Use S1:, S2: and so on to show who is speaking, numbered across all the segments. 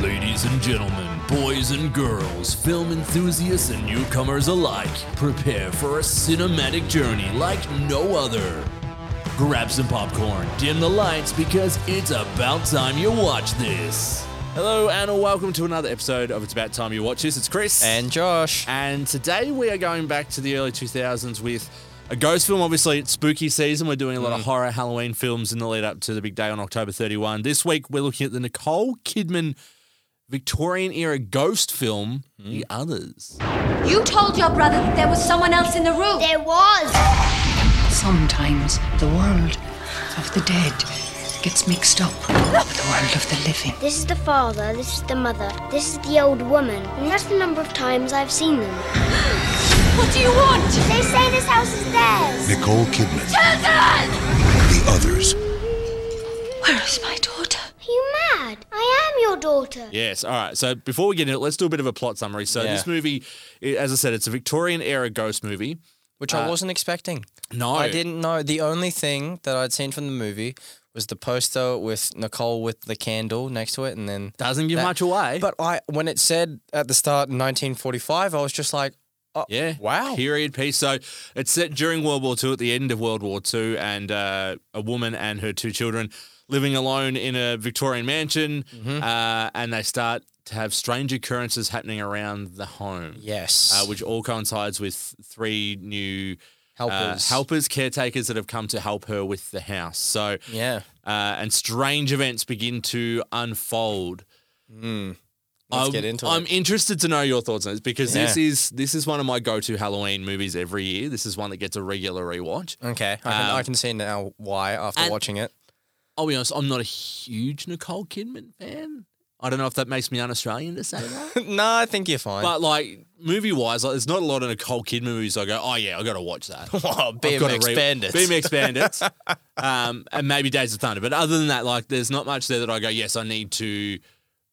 S1: Ladies and gentlemen, boys and girls, film enthusiasts and newcomers alike, prepare for a cinematic journey like no other. Grab some popcorn, dim the lights, because it's about time you watch this. Hello, and welcome to another episode of It's About Time You Watch This. It's Chris.
S2: And Josh.
S1: And today we are going back to the early 2000s with a ghost film. Obviously, it's spooky season. We're doing a lot
S2: Mm.
S1: of horror Halloween films in the lead up to the big day on October 31. This week, we're looking at the Nicole Kidman Victorian era ghost film,
S2: Mm-hmm.
S1: The Others.
S3: You told your brother that there was someone else in the room.
S4: There was.
S5: Sometimes the world of the dead gets mixed up with the world of the living.
S4: This is the father, this is the mother, this is the old woman. And that's the number of times I've seen them.
S3: What do you want?
S4: They say this house is theirs.
S6: Nicole Kidman. The others.
S5: Where is my daughter?
S4: Are you mad? I am your daughter.
S1: Yes. All right. So before we get into it, let's do a bit of a plot summary. So
S2: Yeah.
S1: this movie, i- as I said, it's a Victorian era ghost movie.
S2: Which
S1: Uh,
S2: I wasn't expecting.
S1: No,
S2: I didn't know. The only thing that I'd seen from the movie was the poster with Nicole with the candle next to it, and then.
S1: Doesn't give
S2: that-
S1: much away.
S2: But I, when it said at the start 1945, I was just like, oh,
S1: Yeah.
S2: wow.
S1: Period piece. So it's set during World War II, at the end of World War II, and uh, a woman and her two children living alone in a Victorian mansion,
S2: Mm-hmm.
S1: uh, and they start to have strange occurrences happening around the home.
S2: Yes.
S1: Uh, which all coincides with three new uh,
S2: Helpers.
S1: helpers, caretakers that have come to help her with the house. So
S2: yeah.
S1: uh, and strange events begin to unfold.
S2: Hmm. Let's
S1: I'm,
S2: get into
S1: I'm
S2: it.
S1: interested to know your thoughts on this because this
S2: Yeah.
S1: is this is one of my go-to Halloween movies every year. This is one that gets a regular rewatch.
S2: Okay. I can, I
S1: Um,
S2: can see now why after
S1: and-
S2: watching it.
S1: I'll be honest, I'm not a huge Nicole Kidman fan. I don't know if that makes me un-Australian to say that,
S2: no, I think you're fine.
S1: but like movie-wise, like, there's not a lot of Nicole Kidman movies. I go, oh yeah, I got to watch that.
S2: oh,
S1: I've gotta
S2: BMX
S1: re-
S2: Bandits.
S1: BMX Bandits, um, and maybe Days of Thunder. But other than that, like, there's not much there that I go. Yes, I need to,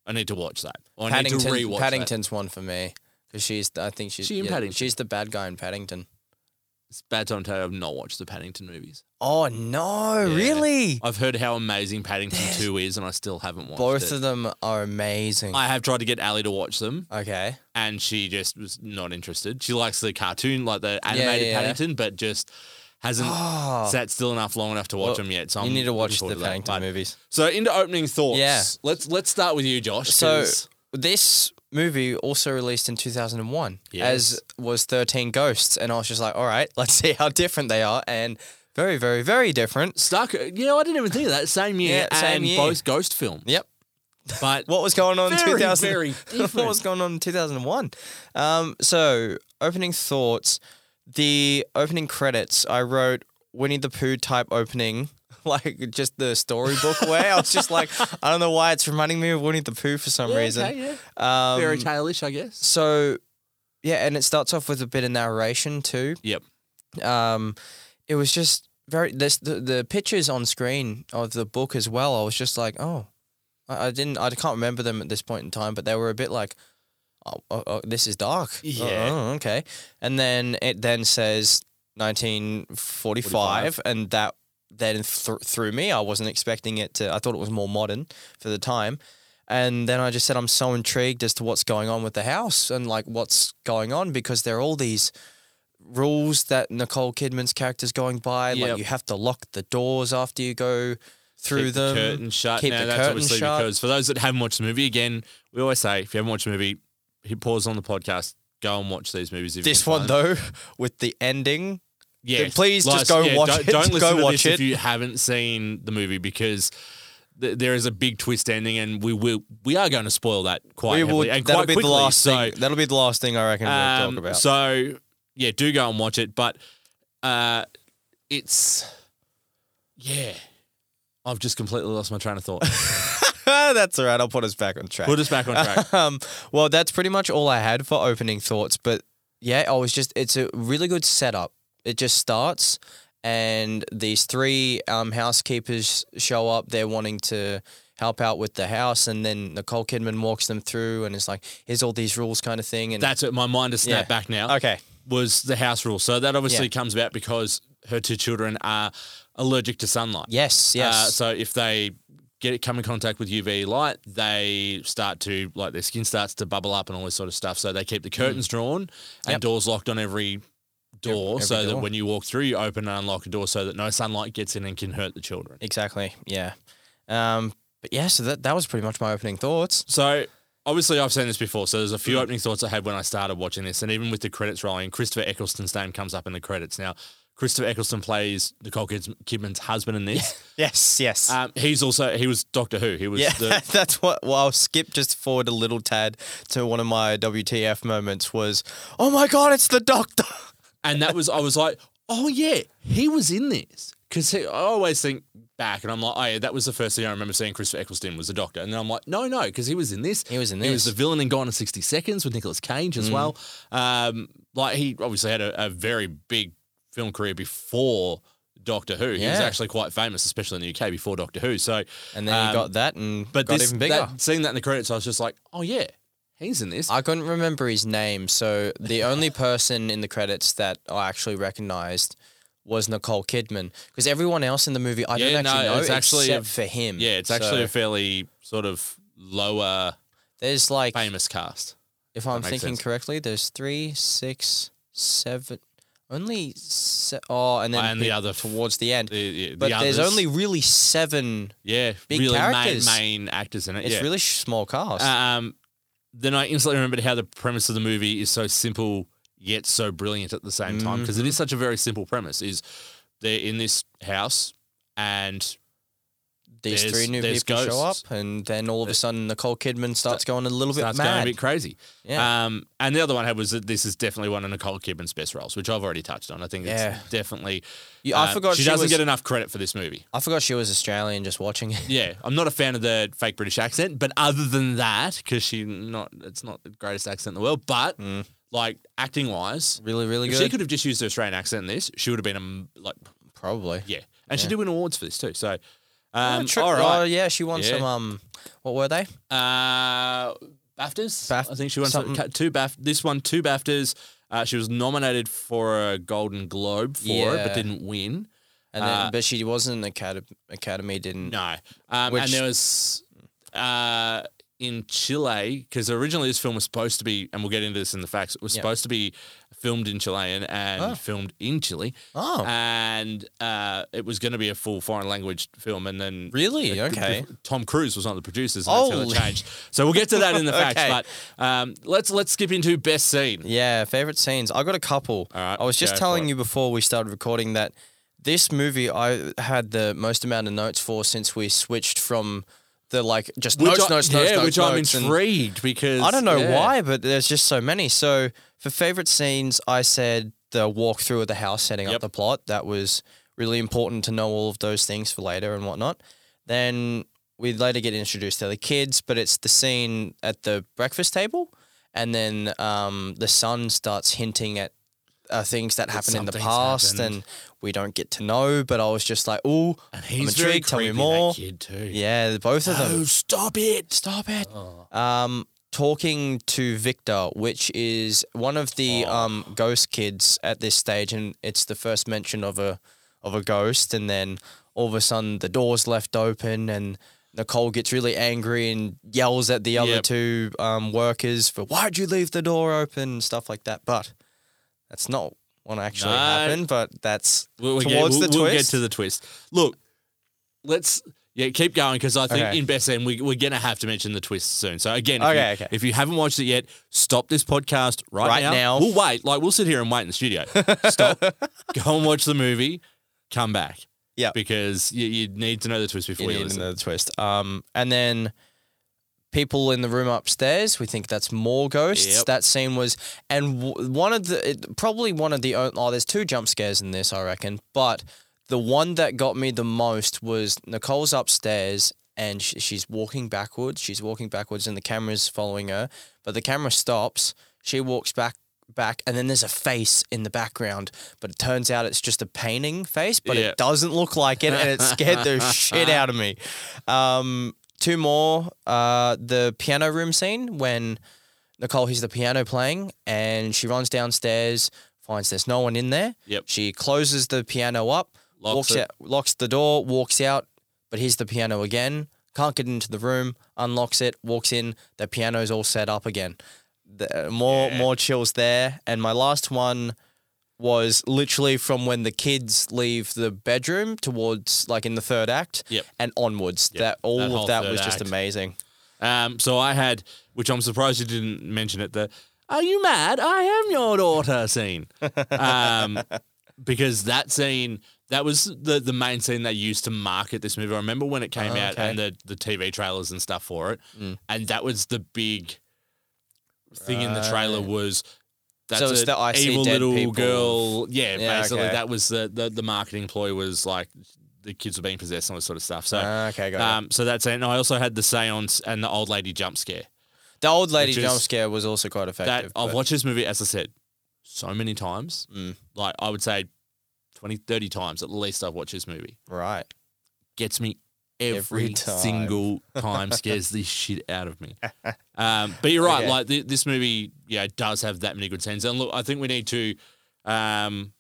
S1: I need to watch that. Or I need to
S2: Paddington,
S1: rewatch that.
S2: Paddington's one for me because she's. The, I think she's.
S1: She in
S2: yeah,
S1: Paddington?
S2: She's the bad guy in Paddington.
S1: It's bad time to tell you I've not watched the Paddington movies.
S2: Oh no!
S1: Yeah.
S2: Really?
S1: I've heard how amazing Paddington Two is, and I still haven't watched
S2: Both
S1: it.
S2: of them are amazing.
S1: I have tried to get Ali to watch them,
S2: okay.
S1: and she just was not interested. She likes the cartoon, like the animated
S2: yeah, yeah.
S1: Paddington, but just hasn't sat still enough long enough to watch
S2: Well,
S1: them yet. So
S2: you
S1: I'm
S2: need to
S1: looking
S2: watch
S1: forward
S2: the
S1: to that.
S2: Paddington
S1: But-
S2: movies.
S1: So into opening thoughts.
S2: Yeah.
S1: Let's let's start with you, Josh.
S2: So
S1: 'cause-
S2: this movie also released in 2001,
S1: Yes.
S2: as was 13 Ghosts, and I was just like, all right, let's see how different they are, and very, very, very different.
S1: Stark. You know, I didn't even think of that. Same year
S2: Yeah, same
S1: and
S2: year.
S1: both ghost films.
S2: Yep.
S1: But
S2: What was going on
S1: Very,
S2: in 2000?
S1: very
S2: what
S1: different.
S2: was going on in 2001? Um, so opening thoughts, the opening credits. I wrote Winnie the Pooh type opening. Like just the storybook way. I was just like, I don't know why it's reminding me of Winnie the Pooh for some
S1: Yeah,
S2: reason.
S1: okay, yeah.
S2: Um,
S1: fairy taleish, I guess.
S2: So, yeah, and it starts off with a bit of narration too.
S1: Yep.
S2: Um, it was just very this the, the pictures on screen of the book as well. I was just like, oh, I, I didn't, I can't remember them at this point in time, but they were a bit like, oh, oh, oh, this is dark. Oh,
S1: Yeah.
S2: oh, okay. And then it then says 1945, and that then th- threw me. I wasn't expecting it to. I thought it was more modern for the time. And then I just said, I'm so intrigued as to what's going on with the house and like what's going on because there are all these rules that Nicole Kidman's character's going by.
S1: Yep.
S2: Like you have to lock the doors after you go through
S1: Keep
S2: them.
S1: The curtain shut.
S2: Keep
S1: now,
S2: the
S1: that's
S2: curtain
S1: obviously
S2: shut.
S1: because for those that haven't watched the movie, again, we always say if you haven't watched the movie, hit pause on the podcast. Go and watch these movies. If you
S2: this
S1: can
S2: one
S1: find
S2: though, with the ending,
S1: Yeah,
S2: please just go watch
S1: don't,
S2: it.
S1: Don't
S2: Go
S1: listen to
S2: watch
S1: this if
S2: it.
S1: you haven't seen the movie because th- there is a big twist ending, and we will we are going to spoil that quite
S2: we will.
S1: heavily
S2: That'll
S1: and quite
S2: be
S1: quickly.
S2: the last
S1: so,
S2: thing. That'll be the last thing I reckon
S1: um,
S2: we'll talk about.
S1: So yeah, do go and watch it, but uh, it's yeah. I've just completely lost my train of thought.
S2: That's all right. I'll put us back on track.
S1: Put us back on track.
S2: um, well, that's pretty much all I had for opening thoughts. But yeah, I was just, it's a really good setup. It just starts, and these three um, housekeepers show up. They're wanting to help out with the house. And then Nicole Kidman walks them through and it's like, here's all these rules kind of thing. And
S1: That's it. My mind has snapped
S2: Yeah.
S1: back now.
S2: Okay.
S1: was the house rule. So that obviously
S2: Yeah.
S1: comes about because her two children are allergic to sunlight.
S2: yes, yes.
S1: Uh, so Uh, if they get come in contact with UV light, they start to like their skin starts to bubble up and all this sort of stuff. So they keep the curtains drawn and
S2: Mm. Yep.
S1: doors locked on every door,
S2: every
S1: so that
S2: door.
S1: when you walk through, you open and unlock a door so that no sunlight gets in and can hurt the children.
S2: Exactly. Yeah. Um, but yeah, so that, that was pretty much my opening thoughts.
S1: So obviously I've seen this before. So there's a
S2: Mm.
S1: few opening thoughts I had when I started watching this, and even with the credits rolling, Christopher Eccleston's name comes up in the credits. Now Christopher Eccleston plays Nicole Kids- Kidman's husband in this.
S2: Yes, yes.
S1: Um, he's also he was Doctor Who. He was
S2: yeah,
S1: the
S2: that's what. Well, I'll skip just forward a little tad to one of my WTF moments was, oh my God, it's the doctor.
S1: And that was, I was like, oh yeah, he was in this. Because I always think back and I'm like, oh yeah, that was the first thing I remember seeing Christopher Eccleston was the doctor. And then I'm like, no, no, because he was in this.
S2: He was in
S1: He was the
S2: this. Mm.
S1: villain in Gone in 60 Seconds with Nicolas Cage as well. Um, like, he obviously had a, a very big film career before Doctor Who. He was
S2: Yeah.
S1: actually quite famous, especially in the UK, before Doctor Who. So,
S2: And then
S1: um,
S2: you got that and
S1: but
S2: got
S1: this,
S2: even bigger.
S1: That, seeing that in the credits, I was just like, oh yeah, he's in this.
S2: I couldn't remember his name, so the only person in the credits that I actually recognized was Nicole Kidman because everyone else in the movie I
S1: yeah,
S2: don't actually know
S1: it's actually
S2: except
S1: a-
S2: for him.
S1: Yeah, it's actually
S2: So
S1: a fairly sort of lower
S2: there's like
S1: famous cast.
S2: if I'm
S1: makes
S2: thinking
S1: sense.
S2: correctly, there's three, six, seven, only se- oh, and then
S1: And the
S2: pe-
S1: other f-
S2: towards the end.
S1: The- the
S2: but there's
S1: others.
S2: only really seven.
S1: yeah,
S2: big
S1: really main,
S2: characters.
S1: main actors in it.
S2: It's
S1: yeah.
S2: really sh- small cast.
S1: Um, then I instantly remembered how the premise of the movie is so simple yet so brilliant at the same
S2: Mm.
S1: time because is such a very simple premise. Is they're in this house and
S2: These
S1: there's-
S2: three new
S1: there's
S2: people show up,
S1: ghosts.
S2: and then all of a sudden Nicole Kidman starts going a little bit
S1: starts
S2: mad.
S1: going a bit crazy.
S2: Yeah.
S1: Um, and the other one I had was that this is definitely one of Nicole Kidman's best roles, which I've already touched on. I think
S2: Yeah.
S1: it's definitely.
S2: Yeah, I
S1: uh,
S2: forgot
S1: she,
S2: she
S1: doesn't
S2: was-
S1: get enough credit for this movie.
S2: I forgot she was Australian just watching it.
S1: Yeah, I'm not a fan of the fake British accent, but other than that, because she not it's not the greatest accent in the world, but like acting wise,
S2: Mm. Really, really
S1: if
S2: good.
S1: she could have just used her Australian accent in this, she would have been a m- like
S2: Probably.
S1: yeah, and she did win awards for this too. So,
S2: Oh,
S1: um,
S2: tri-
S1: all
S2: Oh
S1: right,
S2: yeah, she won
S1: Yeah.
S2: some. Um, what were they?
S1: uh, BAFTAs.
S2: Baf-
S1: I think she won some,
S2: something.
S1: ca- two BAF. This one two BAFTAs. Uh, she was nominated for a Golden Globe for it, but
S2: Yeah.
S1: didn't win.
S2: And then,
S1: Uh,
S2: but she wasn't academy. Academy didn't.
S1: No. Um,
S2: Which-
S1: and there was uh, in Chile, because originally this film was supposed to be, and we'll get into this in the facts, it was
S2: Yeah.
S1: supposed to be filmed in Chilean and filmed in Chile.
S2: Oh.
S1: And uh, it was going to be a full foreign language film. And then.
S2: Really?
S1: the- the-
S2: Okay.
S1: Tom Cruise was one of the producers. And oh. That's
S2: Oh.
S1: how it changed. So we'll get to that in the facts.
S2: Okay.
S1: But um, let's let's skip into best scene.
S2: Yeah, favorite scenes. I got a couple.
S1: All right,
S2: I was just
S1: go for
S2: telling
S1: it.
S2: you before we started recording that this movie I had the most amount of notes for since we switched from the like just
S1: Which
S2: notes,
S1: I-
S2: notes,
S1: yeah,
S2: notes, notes,
S1: which
S2: notes,
S1: I'm
S2: and-
S1: intrigued because
S2: I don't know
S1: yeah.
S2: why, but there's just so many. So for favorite scenes, I said the walkthrough of the house, setting
S1: Yep.
S2: up the plot. That was really important to know all of those things for later and whatnot. Then we later get introduced to the kids, but it's the scene at the breakfast table, and then um, the son starts hinting at. Uh, things that happened in the
S1: something's
S2: past
S1: happened.
S2: and we don't get to know, but I was just like, "Ooh,
S1: And
S2: I'm
S1: he's very
S2: intrigued. Tell me
S1: creepy, that
S2: more."
S1: kid too.
S2: Yeah, both of them.
S1: Oh, stop it!
S2: Stop it. Um, talking to Victor, which is one of the
S1: Oh.
S2: um, ghost kids at this stage, and it's the first mention of a of a ghost, and then all of a sudden the door's left open, and Nicole gets really angry and yells at the other
S1: Yep.
S2: two um, workers for why'd you leave the door open and stuff like that. But that's not what actually
S1: No.
S2: happened. But that's
S1: We'll, we'll
S2: towards
S1: get,
S2: the
S1: we'll,
S2: twist.
S1: we'll get to the twist. Look, let's yeah keep going because I think
S2: Okay.
S1: in best end we, we're gonna have to mention the twist soon. So again, if,
S2: Okay,
S1: you,
S2: okay.
S1: if you haven't watched it yet, stop this podcast right,
S2: Right now.
S1: We'll wait. Like we'll sit here and wait in the studio. Stop. go and watch the movie. Come back.
S2: Yep.
S1: Because you, you need to know the twist before you,
S2: you need
S1: listen.
S2: another twist. Um, and then people in the room upstairs. We think that's more ghosts.
S1: Yep.
S2: That scene was, and w- one of the it, probably one of the on- oh, there's two jump scares in this, I reckon. But the one that got me the most was Nicole's upstairs. And sh- she's walking backwards. She's walking backwards, and the camera's following her. But the camera stops. She walks back, back, and then there's a face in the background. But it turns out it's just a painting face, but
S1: Yeah.
S2: it doesn't look like it, and it scared the shit out of me. Um, two more. Uh, the piano room scene when Nicole hears the piano playing and she runs downstairs, finds there's no one in there.
S1: Yep.
S2: She closes the piano up,
S1: Locks
S2: walks
S1: it.
S2: out, locks the door, walks out, but here's the piano again. Can't get into the room. Unlocks it. Walks in. The piano's all set up again. The, uh, more more chills there. And my last one was literally from when the kids leave the bedroom towards like in the third act.
S1: Yep.
S2: And onwards.
S1: Yep.
S2: That all
S1: That whole
S2: of that
S1: third
S2: was just
S1: act.
S2: amazing.
S1: Um, so I had, which I'm surprised you didn't mention it, the "Are you mad? I am your daughter" scene, um, because that scene that was the the main scene they used to market this movie. I remember when it came out
S2: Oh, okay. Mm.
S1: and the the TV trailers and stuff for it, and that was the big thing in the trailer was. That's
S2: it's
S1: a
S2: the I see
S1: evil
S2: dead
S1: little
S2: people.
S1: girl. Yeah,
S2: Yeah,
S1: basically
S2: okay.
S1: that was the, the the marketing ploy was like the kids were being possessed and all this sort of stuff. So
S2: Ah, Okay, got it.
S1: um, so that's it. And I also had the seance and the old lady jump scare.
S2: The old lady
S1: which is-
S2: jump scare was also quite
S1: That
S2: effective.
S1: I've
S2: but-
S1: watched this movie, as I said, so many times.
S2: Mm.
S1: Like I would say 20, 30 times at least I've watched this movie.
S2: Right.
S1: Gets me
S2: Every
S1: every,
S2: time.
S1: single time, scares the shit out of me. Um, but you're right.
S2: Okay.
S1: Like th- this movie, yeah, does have that many good scenes. And look, I think we need to, um,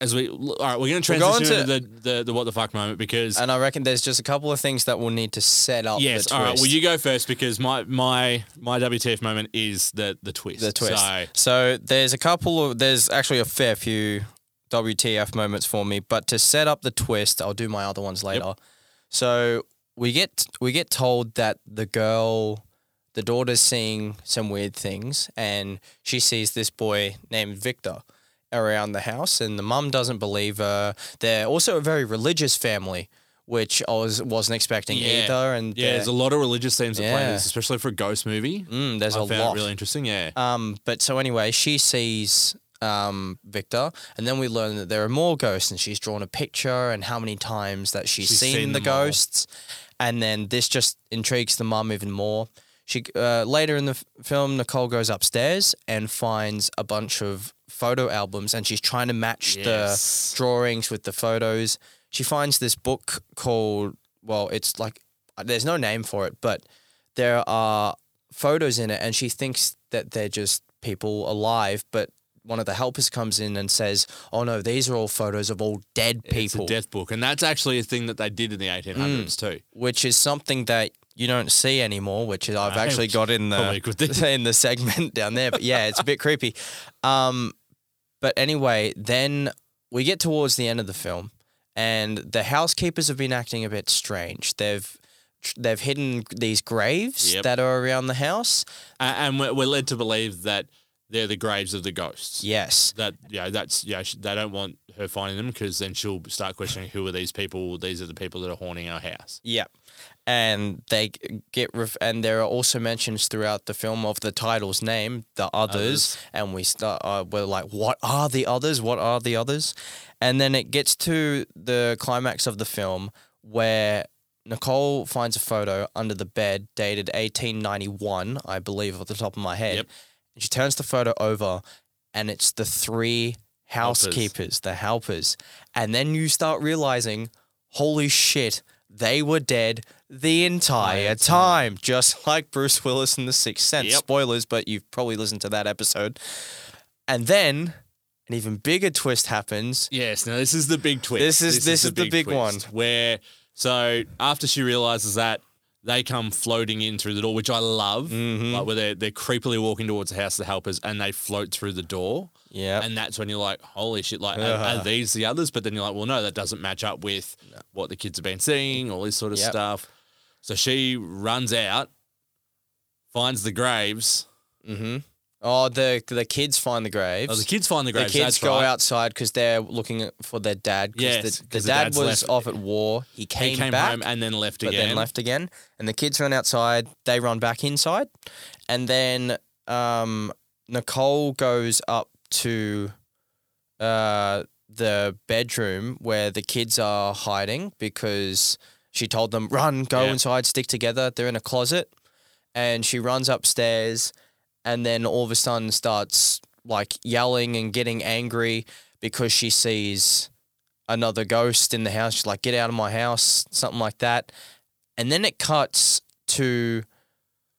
S1: as we all right, we're going to
S2: We're going
S1: transition
S2: to-
S1: into the, the the what the fuck moment because
S2: And I reckon there's just a couple of things that we'll need to set up.
S1: Yes.
S2: the
S1: All right. Well,
S2: twist.
S1: you go first because my my my WTF moment is the the twist.
S2: the twist.
S1: So,
S2: So there's a couple of there's actually a fair few WTF moments for me, but to set up the twist, I'll do my other ones later. So we get we get told that the girl, the daughter's seeing some weird things, and she sees this boy named Victor around the house, and the mum doesn't believe her. They're also a very religious family, which I was wasn't expecting
S1: yeah.
S2: either. And
S1: yeah,
S2: they're-
S1: there's a lot of religious themes that play in
S2: Yeah.
S1: this, especially for a ghost movie.
S2: mm, there's
S1: I
S2: a
S1: found
S2: lot.
S1: it really interesting. Yeah.
S2: Um, but so anyway, she sees um, Victor, and then we learn that there are more ghosts, and she's drawn a picture and how many times that she's,
S1: She's
S2: seen,
S1: seen
S2: the
S1: them all.
S2: ghosts, and then this just intrigues the mum even more. She uh, later in the f- film, Nicole goes upstairs and finds a bunch of photo albums, and she's trying to match
S1: Yes.
S2: the drawings with the photos. She finds this book called well, it's like there's no name for it, but there are photos in it and she thinks that they're just people alive but one of the helpers comes in and says oh no these are all photos of all dead
S1: It's a
S2: people Mm.
S1: death book, and that's actually a thing that they did in the 1800s too.
S2: which is something that you don't see anymore which is, i've
S1: No,
S2: actually got in
S1: probably a good
S2: the
S1: thing.
S2: in the segment down there but yeah it's a bit creepy um but anyway then we get towards the end of the film and the housekeepers have been acting a bit strange they've they've hidden these graves
S1: Yep.
S2: that are around the house
S1: A- and we're, we're led to believe that they're the graves of the ghosts.
S2: yes
S1: That yeah, that's yeah. She, they don't want her finding them because then she'll start questioning who are these people? These are the people that are haunting our house.
S2: Yeah. And they g- get ref- and there are also mentions throughout the film of the title's name, the others,
S1: Others.
S2: and we start uh, we're like, what are the others? What are the others? And then it gets to the climax of the film where Nicole finds a photo under the bed dated 1891, I believe, off the top of my head.
S1: Yep.
S2: And she turns the photo over, and it's the three
S1: Helpers.
S2: housekeepers, the helpers. And then you start realizing, holy shit, they were dead the entire time, just like Bruce Willis in The Sixth Sense.
S1: Yep.
S2: Spoilers, but you've probably listened to that episode. And then an even bigger twist happens.
S1: Yes. Now this is the big twist.
S2: This is- this is the big one.
S1: twist Where so after she realizes that they come floating in through the door, which I love.
S2: Mm-hmm.
S1: Like where they're they're creepily walking towards the house, the helpers, and they float through the door.
S2: Yeah.
S1: And that's when you're like, holy shit, like, are, are these the others? But then you're like, well, no, that doesn't match up with what the kids have been seeing, all this sort of
S2: Yep.
S1: stuff. So she runs out, finds the graves.
S2: Oh, the the kids find the graves.
S1: Oh, the kids find the
S2: the
S1: graves.
S2: kids
S1: that's
S2: go
S1: right.
S2: outside because they're looking for their dad. 'cause
S1: Yes,
S2: the,
S1: 'cause
S2: the
S1: the
S2: dad
S1: dad's
S2: was
S1: left.
S2: off at war. He came,
S1: He came
S2: back,
S1: home and then left
S2: but
S1: again.
S2: then left again. And the kids run outside. They run back inside, and then um, Nicole goes up to uh, the bedroom where the kids are hiding because she told them, "Run, go
S1: Yeah.
S2: inside, stick together." They're in a closet, and she runs upstairs and then all of a sudden starts like yelling and getting angry because she sees another ghost in the house. She's like, "Get out of my house!" Something like that. And then it cuts to,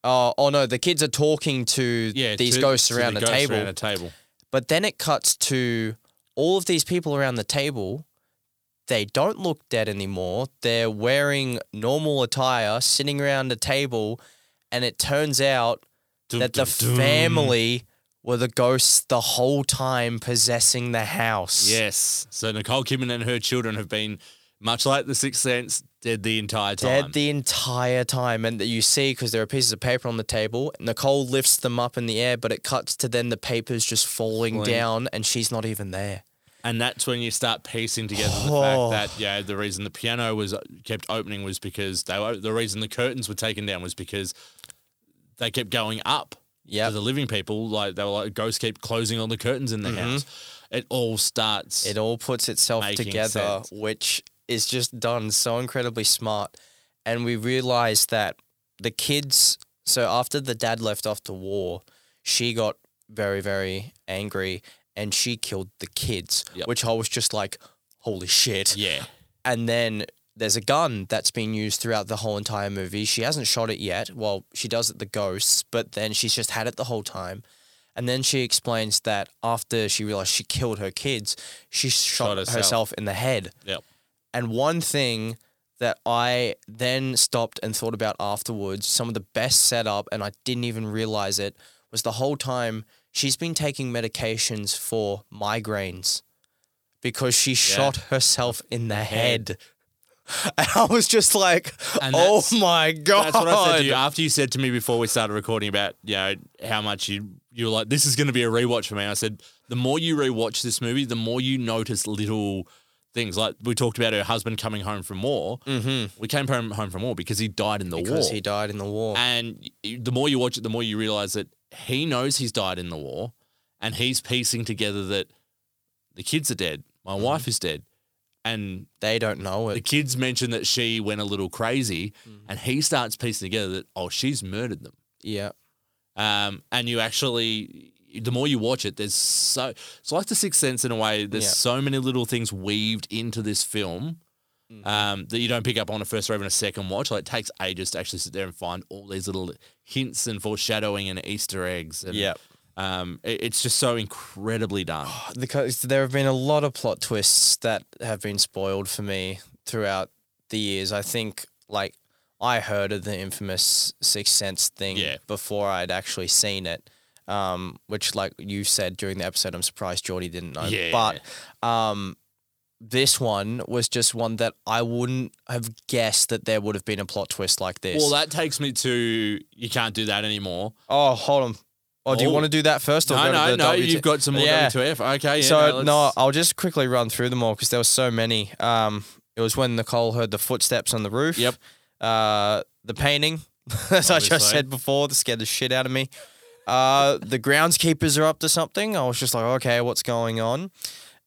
S2: uh, oh no, the kids are talking to
S1: Yeah,
S2: these
S1: to-
S2: ghosts
S1: to the
S2: around the,
S1: ghosts
S2: table.
S1: Around a table.
S2: But then it cuts to all of these people around the table They don't look dead anymore. They're wearing normal attire, sitting around a table, and it turns out
S1: Dum,
S2: that the
S1: dum, dum.
S2: family were the ghosts the whole time possessing the house.
S1: Yes. So Nicole Kidman and her children have been, much like The Sixth Sense, dead the entire time.
S2: Dead the entire time, and that you see because there are pieces of paper on the table. Nicole lifts them up in the air, but it cuts to then the papers just falling
S1: Falling.
S2: down, and she's not even there.
S1: and that's when you start piecing together
S2: Oh.
S1: the fact that yeah, the reason the piano was uh, kept opening was because they were the reason the curtains were taken down was because they kept going up.
S2: Yep.
S1: For the living people, like they were like ghosts keep closing on the curtains in the house. It all starts.
S2: Mm-hmm. It all puts itself
S1: Making
S2: together,
S1: sense.
S2: which is just done so incredibly smart. And we realized that the kids, so after the dad left off to war, she got very, very angry and she killed the kids,
S1: Yep.
S2: which I was just like, holy shit.
S1: yeah.
S2: And then there's a gun that's been used throughout the whole entire movie. She hasn't shot it yet. Well, she does at the ghosts, but then she's just had it the whole time. And then she explains that after she realized she killed her kids, she shot,
S1: Shot
S2: herself.
S1: herself.
S2: in the head.
S1: Yep.
S2: And one thing that I then stopped and thought about afterwards, some of the best setup, and I didn't even realize it, was the whole time she's been taking medications for migraines because she shot herself in the head. And I was just like,
S1: And
S2: oh
S1: that's-
S2: my God.
S1: That's what I said to you after you said to me before we started recording about you know how much you you were like this is going to be a rewatch for me. I said the more you rewatch this movie, the more you notice little things. Like we talked about her husband coming home from war. Mm-hmm. We came home home from war because he died in the
S2: Because
S1: war.
S2: he died in the war.
S1: And y- y- the more you watch it, the more you realize that he knows he's died in the war, and he's piecing together that the kids are dead, my
S2: Mm-hmm.
S1: wife is dead, and
S2: they don't know
S1: the
S2: it.
S1: kids mention that she went a little crazy,
S2: Mm.
S1: and he starts piecing together that oh, she's murdered them.
S2: Yeah.
S1: Um, and you actually, the more you watch it, there's so it's like the Sixth Sense in a way. There's
S2: Yeah.
S1: so many little things weaved into this film.
S2: Mm.
S1: Um, that you don't pick up on a first or even a second watch. Like it takes ages to actually sit there and find all these little hints and foreshadowing and Easter eggs. And,
S2: Yep. Oh,
S1: Um, it- it's just so incredibly done.
S2: because there have been a lot of plot twists that have been spoiled for me throughout the years. I think like I heard of the infamous Sixth Sense thing
S1: Yeah.
S2: before I'd actually seen it. Um, which like you said during the episode, I'm surprised Geordie didn't know.
S1: Yeah.
S2: But um this one was just one that I wouldn't have guessed that there would have been a plot twist like this.
S1: Well, that takes me to you can't do that anymore.
S2: oh, hold on. Oh, do you
S1: Oh.
S2: want to do that first? Or
S1: No,
S2: go to
S1: no,
S2: the
S1: no.
S2: WT?
S1: You've got some more
S2: Yeah.
S1: W2F. Okay. Yeah,
S2: so
S1: let's-
S2: no, I'll just quickly run through them all because there were so many. Um, it was when Nicole heard the footsteps on the roof.
S1: Yep.
S2: Uh, the painting, as I just
S1: Obviously.
S2: said before, that scared the shit out of me. Uh, the groundskeepers are up to something. I was just like, okay, what's going on?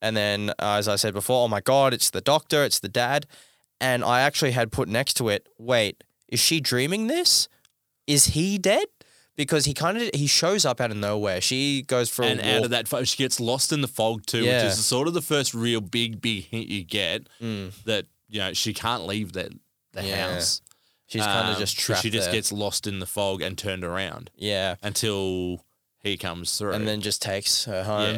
S2: And then, uh, as I said before, oh my god, it's the doctor, it's the dad, and I actually had put next to it, wait, is she dreaming this? Is he dead? Because he kind of he shows up out of nowhere. She goes for
S1: and
S2: a walk.
S1: out of that fog, she gets lost in the fog too,
S2: Yeah.
S1: which is sort of the first real big, big hint you get that you know she can't leave that the
S2: Mm. Yeah.
S1: house.
S2: She's kind
S1: Um,
S2: of just
S1: 'cause
S2: trapped.
S1: She just
S2: there.
S1: gets lost in the fog and turned around
S2: yeah,
S1: until he comes through.
S2: and then just takes her home.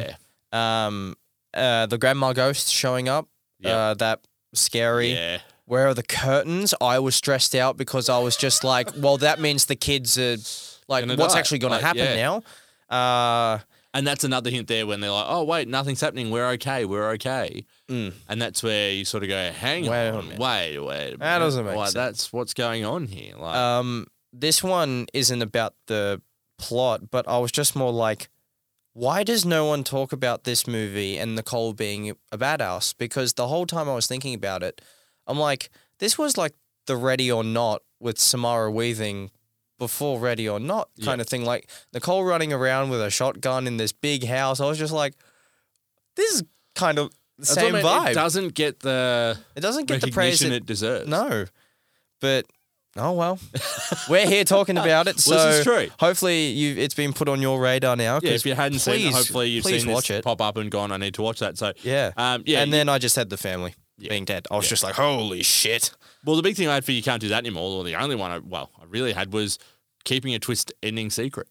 S1: yeah,
S2: Um, uh, the grandma ghost showing up.
S1: Yep.
S2: Uh, that scary.
S1: yeah,
S2: Where are the curtains? I was stressed out because I was just like, well, that means the kids are like,
S1: Gonna
S2: what's
S1: die.
S2: actually going
S1: Like,
S2: to happen
S1: yeah.
S2: now? Uh,
S1: and that's another hint there when they're like, "Oh wait, nothing's happening. We're okay. We're okay." And that's where you sort of go, "Hang
S2: Mm. Wait a
S1: on,
S2: minute.
S1: wait, wait." a
S2: That doesn't
S1: minute.
S2: make
S1: like,
S2: sense.
S1: That's what's going on here. Like,
S2: um, this one isn't about the plot, but I was just more like, why does no one talk about this movie and Nicole being a badass? Because the whole time I was thinking about it, I'm like, this was like the Ready or Not with Samara Weaving before Ready or Not kind of thing. Like Nicole running around with a shotgun in this big house. I was just like, this is kind of the
S1: that's what I
S2: same
S1: mean,
S2: vibe.
S1: It doesn't get the
S2: It doesn't get the praise
S1: recognition
S2: it-
S1: it deserves.
S2: No, but oh well, we're here talking about it. So
S1: Well, this is true.
S2: Hopefully, you it's been put on your radar now.
S1: Yeah,
S2: 'cause
S1: if you hadn't seen it,
S2: please-
S1: hopefully you've
S2: please
S1: seen
S2: watch
S1: this
S2: it.
S1: pop up and gone, I need to watch that. So
S2: Yeah,
S1: Um yeah.
S2: And
S1: you-
S2: then I just had the family being dead. I was just like, holy shit.
S1: well the big thing I had for you can't do that anymore, or the only one I well, I really had was keeping a twist ending secret.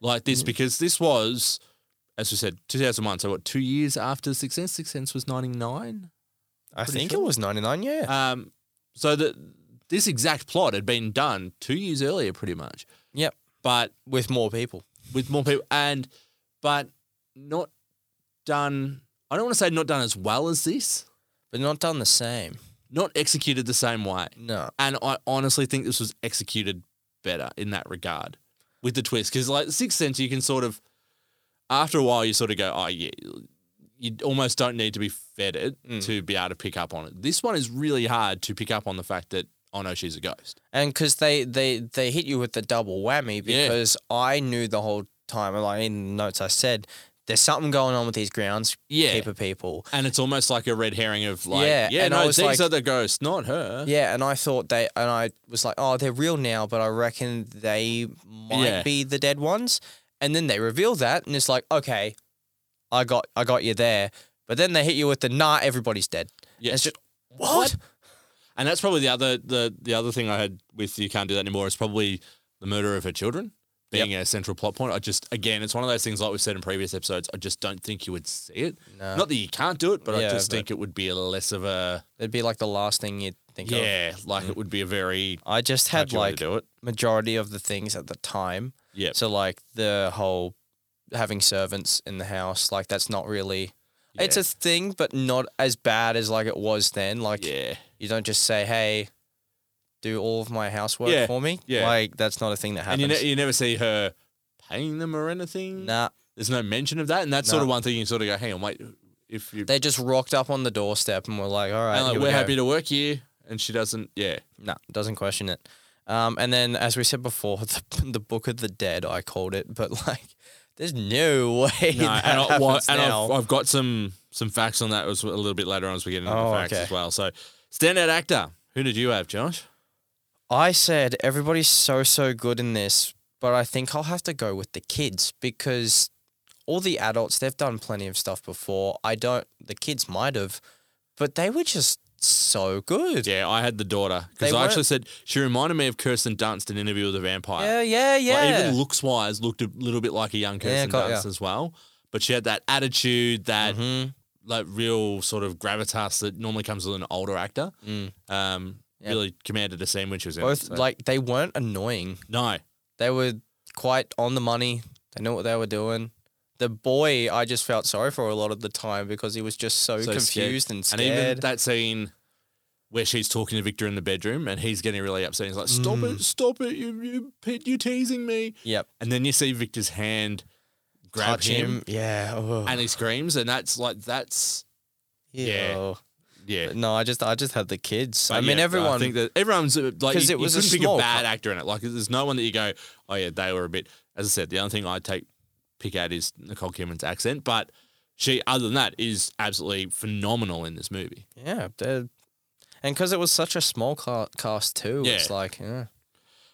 S1: Like
S2: Mm.
S1: this, because this was, as we said, two thousand one. So what, two years after Six Sense? Six Sense was ninety nine?
S2: I
S1: Pretty
S2: think
S1: sure.
S2: it was 99, yeah.
S1: Um, so that this exact plot had been done two years earlier, pretty much,
S2: yep.
S1: but
S2: With more people.
S1: with more people, and but not done. I don't want to say not done as well as this,
S2: But not done the same.
S1: not executed the same way.
S2: No.
S1: And I honestly think this was executed better in that regard with the twist. Because, like, Sixth Sense, you can sort of, after a while, you sort of go, oh, yeah, you almost don't need to be fed it
S2: Mm.
S1: to be able to pick up on it. This one is really hard to pick up on the fact that, oh, no, she's a ghost.
S2: And because they, they, they hit you with the double whammy
S1: Yeah.
S2: because I knew the whole time, and, like in the notes I said, there's something going on with these groundskeeper
S1: Yeah.
S2: people.
S1: And it's almost like a red herring of, like, yeah,
S2: Yeah, and I
S1: no,
S2: was
S1: these
S2: like-
S1: are the ghosts, not her.
S2: Yeah, and I thought they, and I was like, oh, they're real now, but I reckon they might
S1: Yeah.
S2: be the dead ones. And then they reveal that, and it's like, okay, I got, I got you there. But then they hit you with the nah, everybody's dead.
S1: Yeah.
S2: It's just what?
S1: And that's probably the other the the other thing I had with you can't do that anymore is probably the murder of her children being a central plot point. I just again, it's one of those things like we've said in previous episodes. I just don't think you would see it.
S2: No.
S1: Not that you can't do it, but I
S2: Yeah,
S1: just
S2: but-
S1: think it would be a less of a
S2: It'd be like the last thing you'd think of. Mm.
S1: yeah, like it would be a very
S2: I just
S1: How'd
S2: had
S1: you wanna
S2: like
S1: do it?
S2: majority of the things at the time.
S1: yeah.
S2: So like the whole having servants in the house, like that's not really. It's
S1: Yeah.
S2: a thing, but not as bad as like it was then. Like
S1: yeah.
S2: you don't just say, "Hey, do all of my housework
S1: Yeah,
S2: for me."
S1: yeah.
S2: Like that's not a thing that
S1: And
S2: happens.
S1: you, ne- you never see her paying them or anything.
S2: nah,
S1: There's no mention of that. And that's sort
S2: No.
S1: of one thing you sort of go, hang on, wait, if you
S2: they just rocked up on the doorstep and were like, "All right,
S1: and like,
S2: here
S1: we're
S2: we go."
S1: happy to work here and she doesn't yeah.
S2: No, doesn't question it. Um, and then, as we said before, the, the Book of the Dead, I called it, but like, there's no way
S1: No,
S2: that
S1: and, I,
S2: happens
S1: well, and
S2: now.
S1: I've, I've got some some facts on that as a little bit later on as we get into
S2: Oh,
S1: the facts
S2: okay.
S1: as well. So, standout actor, who did you have, Josh?
S2: I said everybody's so so good in this, but I think I'll have to go with the kids because all the adults they've done plenty of stuff before. I don't. The kids might have, but they were just so good.
S1: Yeah, I had the daughter because
S2: They
S1: I
S2: were-
S1: actually said she reminded me of Kirsten Dunst in Interview with a Vampire.
S2: yeah, yeah.
S1: Like,
S2: yeah.
S1: even looks wise, looked a little bit like a young Kirsten
S2: Yeah, got ya.
S1: Dunst as well. But she had that attitude, that
S2: Mhm.
S1: like real sort of gravitas that normally comes with an older actor. Um, Really commanded a scene when she was in. it,
S2: Mm. Both
S1: so-
S2: like they weren't annoying.
S1: no,
S2: They were quite on the money. They knew what they were doing. The boy, I just felt sorry for a lot of the time because he was just so,
S1: so scared.
S2: confused and scared.
S1: And even that scene where she's talking to Victor in the bedroom and he's getting really upset. He's like, "Stop it! Stop it! You you pit! You teasing me!"
S2: Mm. yep.
S1: And then you see Victor's hand grab
S2: Touch him. Yeah. Oh,
S1: and he screams, and that's like that's yeah.
S2: ew.
S1: yeah.
S2: But no, I just I just had the kids. I
S1: But
S2: mean,
S1: yeah,
S2: everyone.
S1: I think that everyone's uh, like,
S2: 'Cause
S1: you,
S2: it was
S1: you
S2: a
S1: couldn't pick a
S2: small
S1: bad
S2: cut.
S1: actor in it. Like, there's no one that you go, oh yeah, they were a bit. As I said, the only thing I take pick out is Nicole Kidman's accent, but she, other than that, is absolutely phenomenal in this movie.
S2: yeah, they're- and because it was such a small ca- cast too, it's
S1: Yeah.
S2: like yeah.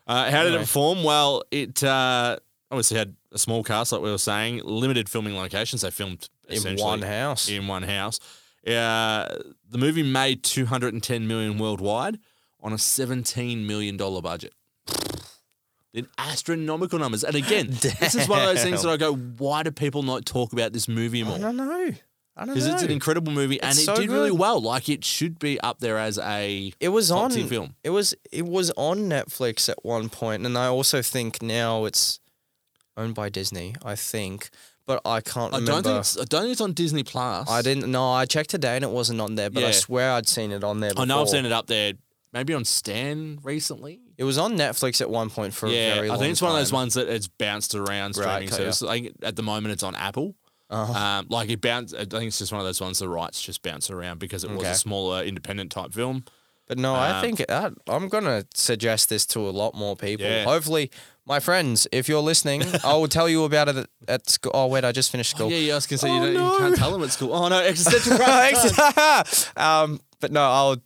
S1: Uh, how did it
S2: Anyway.
S1: perform? Well, it uh, obviously had a small cast, like we were saying, limited filming locations. They filmed
S2: in
S1: essentially
S2: one house.
S1: In one house. Uh, the movie made 210 million worldwide on a 17 million dollar budget. In astronomical numbers, and again, this is one of those things that I go, why do people not talk about this movie
S2: I
S1: more?
S2: don't know. I don't
S1: Because
S2: know.
S1: it's an incredible movie, and
S2: It's
S1: it
S2: so
S1: did really
S2: good.
S1: well. Like it should be up there as a
S2: it was
S1: top
S2: on
S1: tier film.
S2: It was it was on Netflix at one point, and I also think now it's owned by Disney. I think, but I can't
S1: I
S2: remember.
S1: don't think it's, I don't think it's on Disney Plus.
S2: I didn't. No, I checked today and it wasn't on there, but
S1: Yeah.
S2: I swear I'd seen it on there. Before.
S1: I know I've seen it up there, maybe on Stan recently.
S2: It was on Netflix at one point for a
S1: Yeah,
S2: very
S1: I
S2: long
S1: think it's one of those
S2: time.
S1: ones that it's bounced around streaming
S2: Right, okay,
S1: services. I think at the moment it's on Apple.
S2: Uh-huh.
S1: Um, like it bounced. I think it's just one of those ones the rights just bounce around because it was a
S2: Okay.
S1: smaller independent type film.
S2: But no,
S1: Um,
S2: I think that, I'm gonna suggest this to a lot more people.
S1: Yeah.
S2: Hopefully, my friends, if you're listening, I will tell you about it at, at school. Oh wait, I just finished school.
S1: Yeah, yeah, I was gonna say
S2: Oh,
S1: you, don't, you
S2: no.
S1: can't tell them at school. Oh no, existential crisis.
S2: Thanks. um, but no, I'll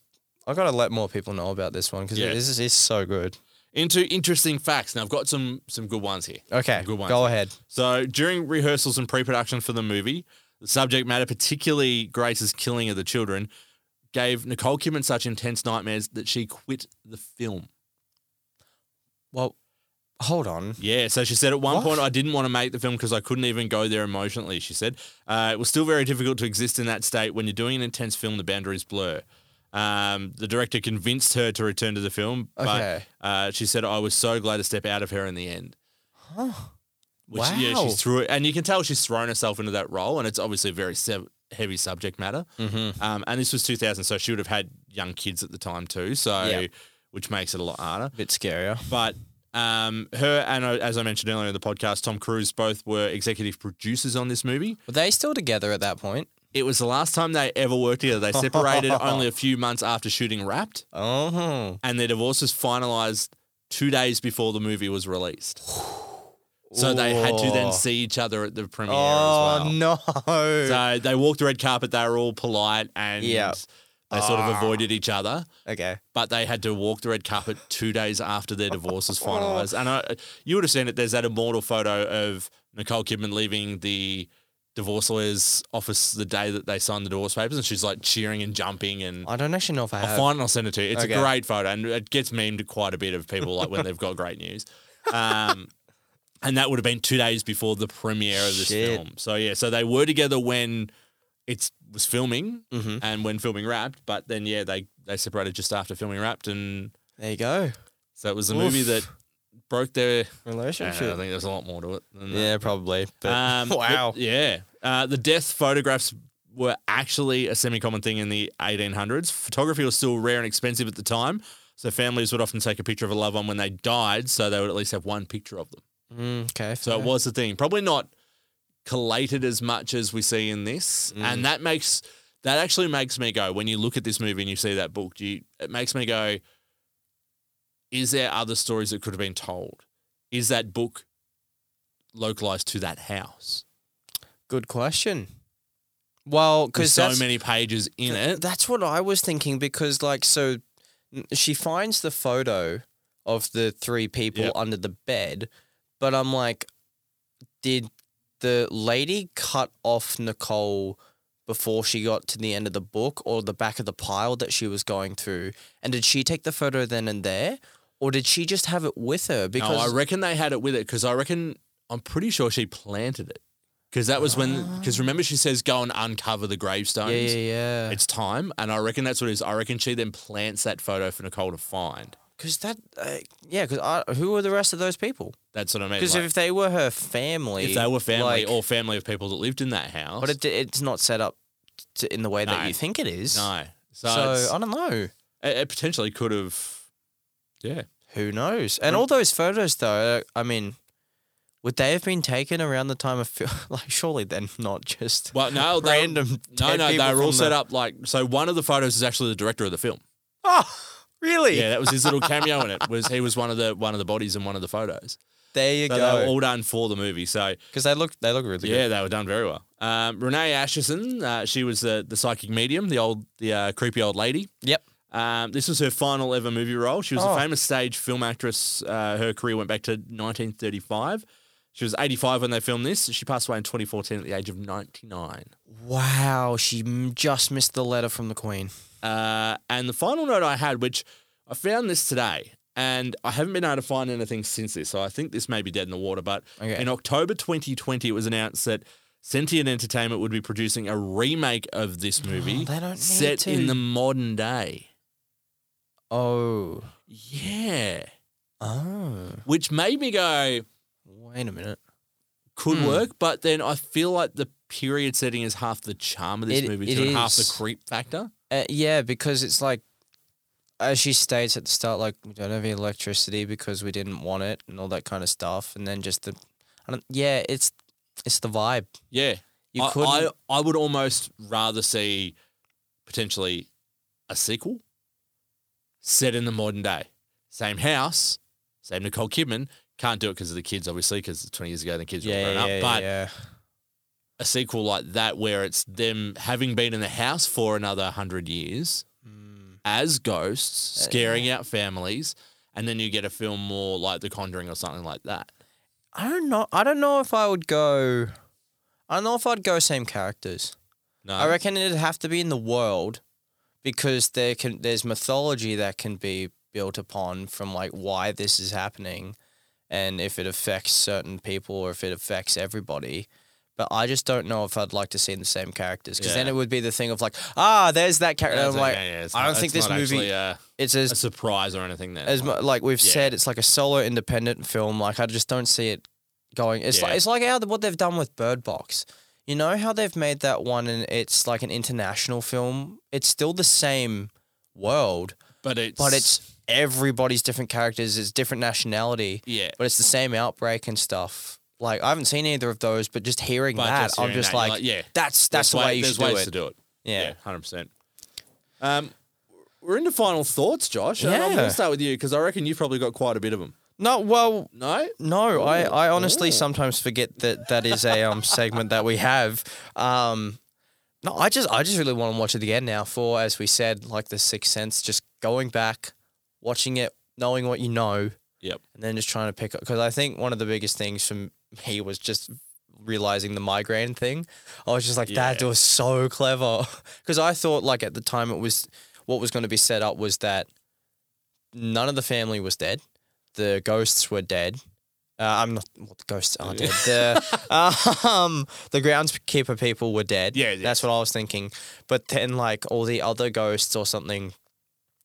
S2: I gotta let more people know about this one because
S1: Yeah.
S2: this is it's so good.
S1: Into interesting facts. Now I've got some some good ones here.
S2: Okay,
S1: Some good ones.
S2: go ahead.
S1: So during rehearsals and pre-production for the movie, the subject matter, particularly Grace's killing of the children, gave Nicole Kidman such intense nightmares that she quit the film.
S2: Well, Hold on.
S1: Yeah, so she said at one
S2: What?
S1: point I didn't want to make the film because I couldn't even go there emotionally. She said uh, it was still very difficult to exist in that state when you're doing an intense film. The boundaries blur. Um, the director convinced her to return to the film,
S2: Okay.
S1: but uh, she said I was so glad to step out of her in the end. Which, Yeah,
S2: Wow.
S1: she's through it, and you can tell she's thrown herself into that role, and it's obviously a very sev- heavy subject matter. Mm-hmm. Um, and this was 2000, so she would have had young kids at the time too, so
S2: Yeah.
S1: which makes it a lot harder
S2: bit scarier.
S1: but um, her and uh, as I mentioned earlier in the podcast, Tom Cruise both were executive producers on this movie.
S2: Were they still together at that point?
S1: It was the last time they ever worked together. They separated only a few months after shooting Wrapped,
S2: Oh.
S1: and their divorce was finalized two days before the movie was released. So they had to then see each other at the premiere as well.
S2: Oh, no.
S1: So they walked the red carpet. They were all polite and
S2: Yeah. Ah.
S1: they sort of avoided each other.
S2: okay.
S1: but they had to walk the red carpet two days after their divorce was finalized. And I, you would have seen it. There's that immortal photo of Nicole Kidman leaving the divorce lawyer's office the day that they signed the divorce papers, and she's like cheering and jumping. And
S2: I don't actually know if I
S1: I'll
S2: have.
S1: find and I'll send it to you. It's
S2: Uh, Okay.
S1: a great photo, and it gets memed quite a bit of people like when they've got great news. Um, and that would have been two days before the premiere of this
S2: Shit.
S1: film. So yeah, so they were together when it was filming
S2: Mhm.
S1: and when filming wrapped, but then yeah, they they separated just after filming wrapped, and
S2: there you go.
S1: so it was the
S2: Oof.
S1: movie that broke their. I, don't know, I
S2: Relationship.
S1: think there's a lot more to it. Than that.
S2: Yeah, probably. But
S1: Um, but
S2: wow.
S1: yeah. Uh, the death photographs were actually a semi common thing in the 1800s. Photography was still rare and expensive at the time. So families would often take a picture of a loved one when they died so they would at least have one picture of them.
S2: Mm, okay.
S1: So it
S2: fair.
S1: was a thing. Probably not collated as much as we see in this.
S2: Mm.
S1: And that makes that actually makes me go when you look at this movie and you see that book, do you, it makes me go is there other stories that could have been told? Is that book localized to that house?
S2: good question. Well, because
S1: because so many pages in
S2: Th-
S1: it.
S2: That's what I was thinking because, like, so n- she finds the photo of the three people
S1: Yep.
S2: under the bed, but I'm like, did the lady cut off Nicole before she got to the end of the book or the back of the pile that she was going through? And did she take the photo then and there? Or did she just have it with her? Because
S1: no, I reckon they had it with it because I reckon I'm pretty sure she planted it because that was when because remember she says go and uncover the gravestones.
S2: Ah. yeah, yeah, yeah.
S1: It's time, and I reckon that's what it is. I reckon she then plants that photo for Nicole to find.
S2: Because that, uh, yeah, because who were the rest of those people?
S1: That's what I mean.
S2: Because
S1: like,
S2: if they were her family,
S1: if they were family
S2: like-
S1: or family of people that lived in that house,
S2: But it, d- it's not set up to, in the way that
S1: No.
S2: you think it is.
S1: no, so,
S2: So,
S1: it's-
S2: I don't know.
S1: it, it potentially could have. Yeah,
S2: Who knows? And all those photos, though, uh, I mean, would they have been taken around the time of film? Like, surely they're not just
S1: well, no, they,
S2: random.
S1: No,
S2: dead
S1: no,
S2: people
S1: they were all
S2: from
S1: set
S2: the-
S1: up like so. One of the photos is actually the director of the film.
S2: Oh, really?
S1: Yeah, that was his little cameo in it. Was he was one of the one of the bodies in one of the photos.
S2: there you
S1: So they were
S2: go.
S1: all done for the movie. So
S2: Because they look, they look really
S1: yeah,
S2: good.
S1: they were done very well. Um, Renee Ashison, uh, she was the the psychic medium, the old the uh, creepy old lady.
S2: Yep.
S1: Um, this was her final ever movie role. She was
S2: Oh.
S1: a famous stage film actress. Uh, her career went back to 1935. She was 85 when they filmed this. She passed away in 2014 at the age of 99.
S2: Wow, she m- just missed the letter from the Queen.
S1: Uh, and the final note I had, which I found this today, and I haven't been able to find anything since this, so I think this may be dead in the water. But
S2: Okay.
S1: in October 2020, it was announced that Sentient Entertainment would be producing a remake of this movie
S2: Oh, they don't need
S1: set in
S2: to.
S1: the modern day.
S2: Oh.
S1: Yeah.
S2: Oh.
S1: Which made me go,
S2: Wait a minute.
S1: could
S2: Hmm.
S1: work, but then I feel like the period setting is half the charm of this
S2: It-
S1: movie,
S2: it
S1: too, and half the
S2: is.
S1: creep factor.
S2: Uh, yeah, because it's like, as she states at the start, like we don't have any electricity because we didn't want it and all that kind of stuff, and then just the, I don't, yeah, it's it's the vibe.
S1: Yeah.
S2: You
S1: I,
S2: couldn't.
S1: I, I would almost rather see potentially a sequel set in the modern day. Same house, same Nicole Kidman. Can't do it because of the kids, obviously, because 20 years ago the kids were all
S2: yeah,
S1: grown
S2: yeah,
S1: up. But
S2: yeah.
S1: a sequel like that, where it's them having been in the house for another 100 years
S2: Mm.
S1: as ghosts, scaring out families, and then you get a film more like The Conjuring or something like that.
S2: I don't know. I don't know if I would go. I don't know if I'd go same characters.
S1: No,
S2: I reckon it'd have to be in the world, because there can there's mythology that can be built upon from like why this is happening, and if it affects certain people or if it affects everybody. But I just don't know if I'd like to see the same characters because then
S1: Yeah.
S2: it would be the thing of like, ah, there's that character.
S1: Yeah,
S2: I'm
S1: it's
S2: like,
S1: yeah, yeah, it's
S2: I
S1: not-
S2: don't think
S1: it's
S2: this
S1: not
S2: movie.
S1: actually, uh,
S2: it's
S1: a
S2: as
S1: surprise or anything. Then
S2: as mu- like we've
S1: Yeah.
S2: said, it's like a solo independent film. Like I just don't see it going. It's
S1: Yeah.
S2: like it's like how what they've done with Bird Box. You know how they've made that one, and it's like an international film. It's still the same world,
S1: but it's
S2: but it's everybody's different characters. It's different nationality.
S1: Yeah.
S2: but it's the same outbreak and stuff. Like I haven't seen either of those, but just hearing
S1: But
S2: that,
S1: just
S2: I'm
S1: hearing that,
S2: just
S1: you're
S2: like,
S1: like, yeah,
S2: that's that's the
S1: way-
S2: way you
S1: there's
S2: should do
S1: ways
S2: it.
S1: to do it.
S2: Yeah.
S1: hundred percent. Um, we're into final thoughts, Josh. and I'm
S2: Yeah.
S1: going to start with you because I reckon you've probably got quite a bit of them.
S2: No, well,
S1: No,
S2: No, I, I honestly
S1: Ooh.
S2: sometimes forget that that is a um segment that we have. Um, no, I just I just really want to watch it again now. For as we said, like the Sixth Sense, just going back, watching it, knowing what you know,
S1: Yep.
S2: and then just trying to pick up. Because I think one of the biggest things for me was just realizing the migraine thing. I was just like, that
S1: Yeah.
S2: was so clever. Because I thought like at the time it was what was going to be set up was that none of the family was dead. The ghosts were dead. Uh, I'm not. Well, the ghosts are dead. The um, the groundskeeper people were dead.
S1: Yeah, yeah.
S2: that's what I was thinking. But then, like all the other ghosts or something,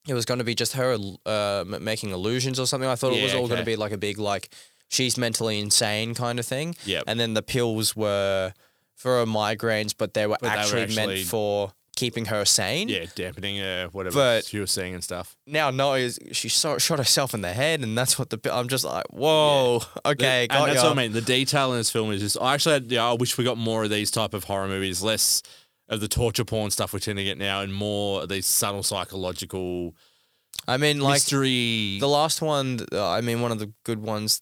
S2: it was going to be just her uh, m- making illusions or something. I thought it was
S1: Yeah,
S2: all going to
S1: okay.
S2: be like a big like she's mentally insane kind of thing.
S1: Yep.
S2: And then the pills were for her migraines, but they were,
S1: But they were
S2: actually,
S1: actually-
S2: meant for keeping her sane.
S1: Yeah, dampening uh, whatever
S2: But-
S1: she was saying and stuff.
S2: Now knows she so- shot herself in the head, and that's what the. pi- I'm just like, whoa, okay,
S1: and
S2: got
S1: that's
S2: ya.
S1: what I mean. The detail in this film is just. I actually, had, yeah, I wish we got more of these type of horror movies, less of the torture porn stuff we tend to get now, and more of these subtle psychological
S2: I mean, like
S1: mystery.
S2: the last one. th- I mean, one of the good ones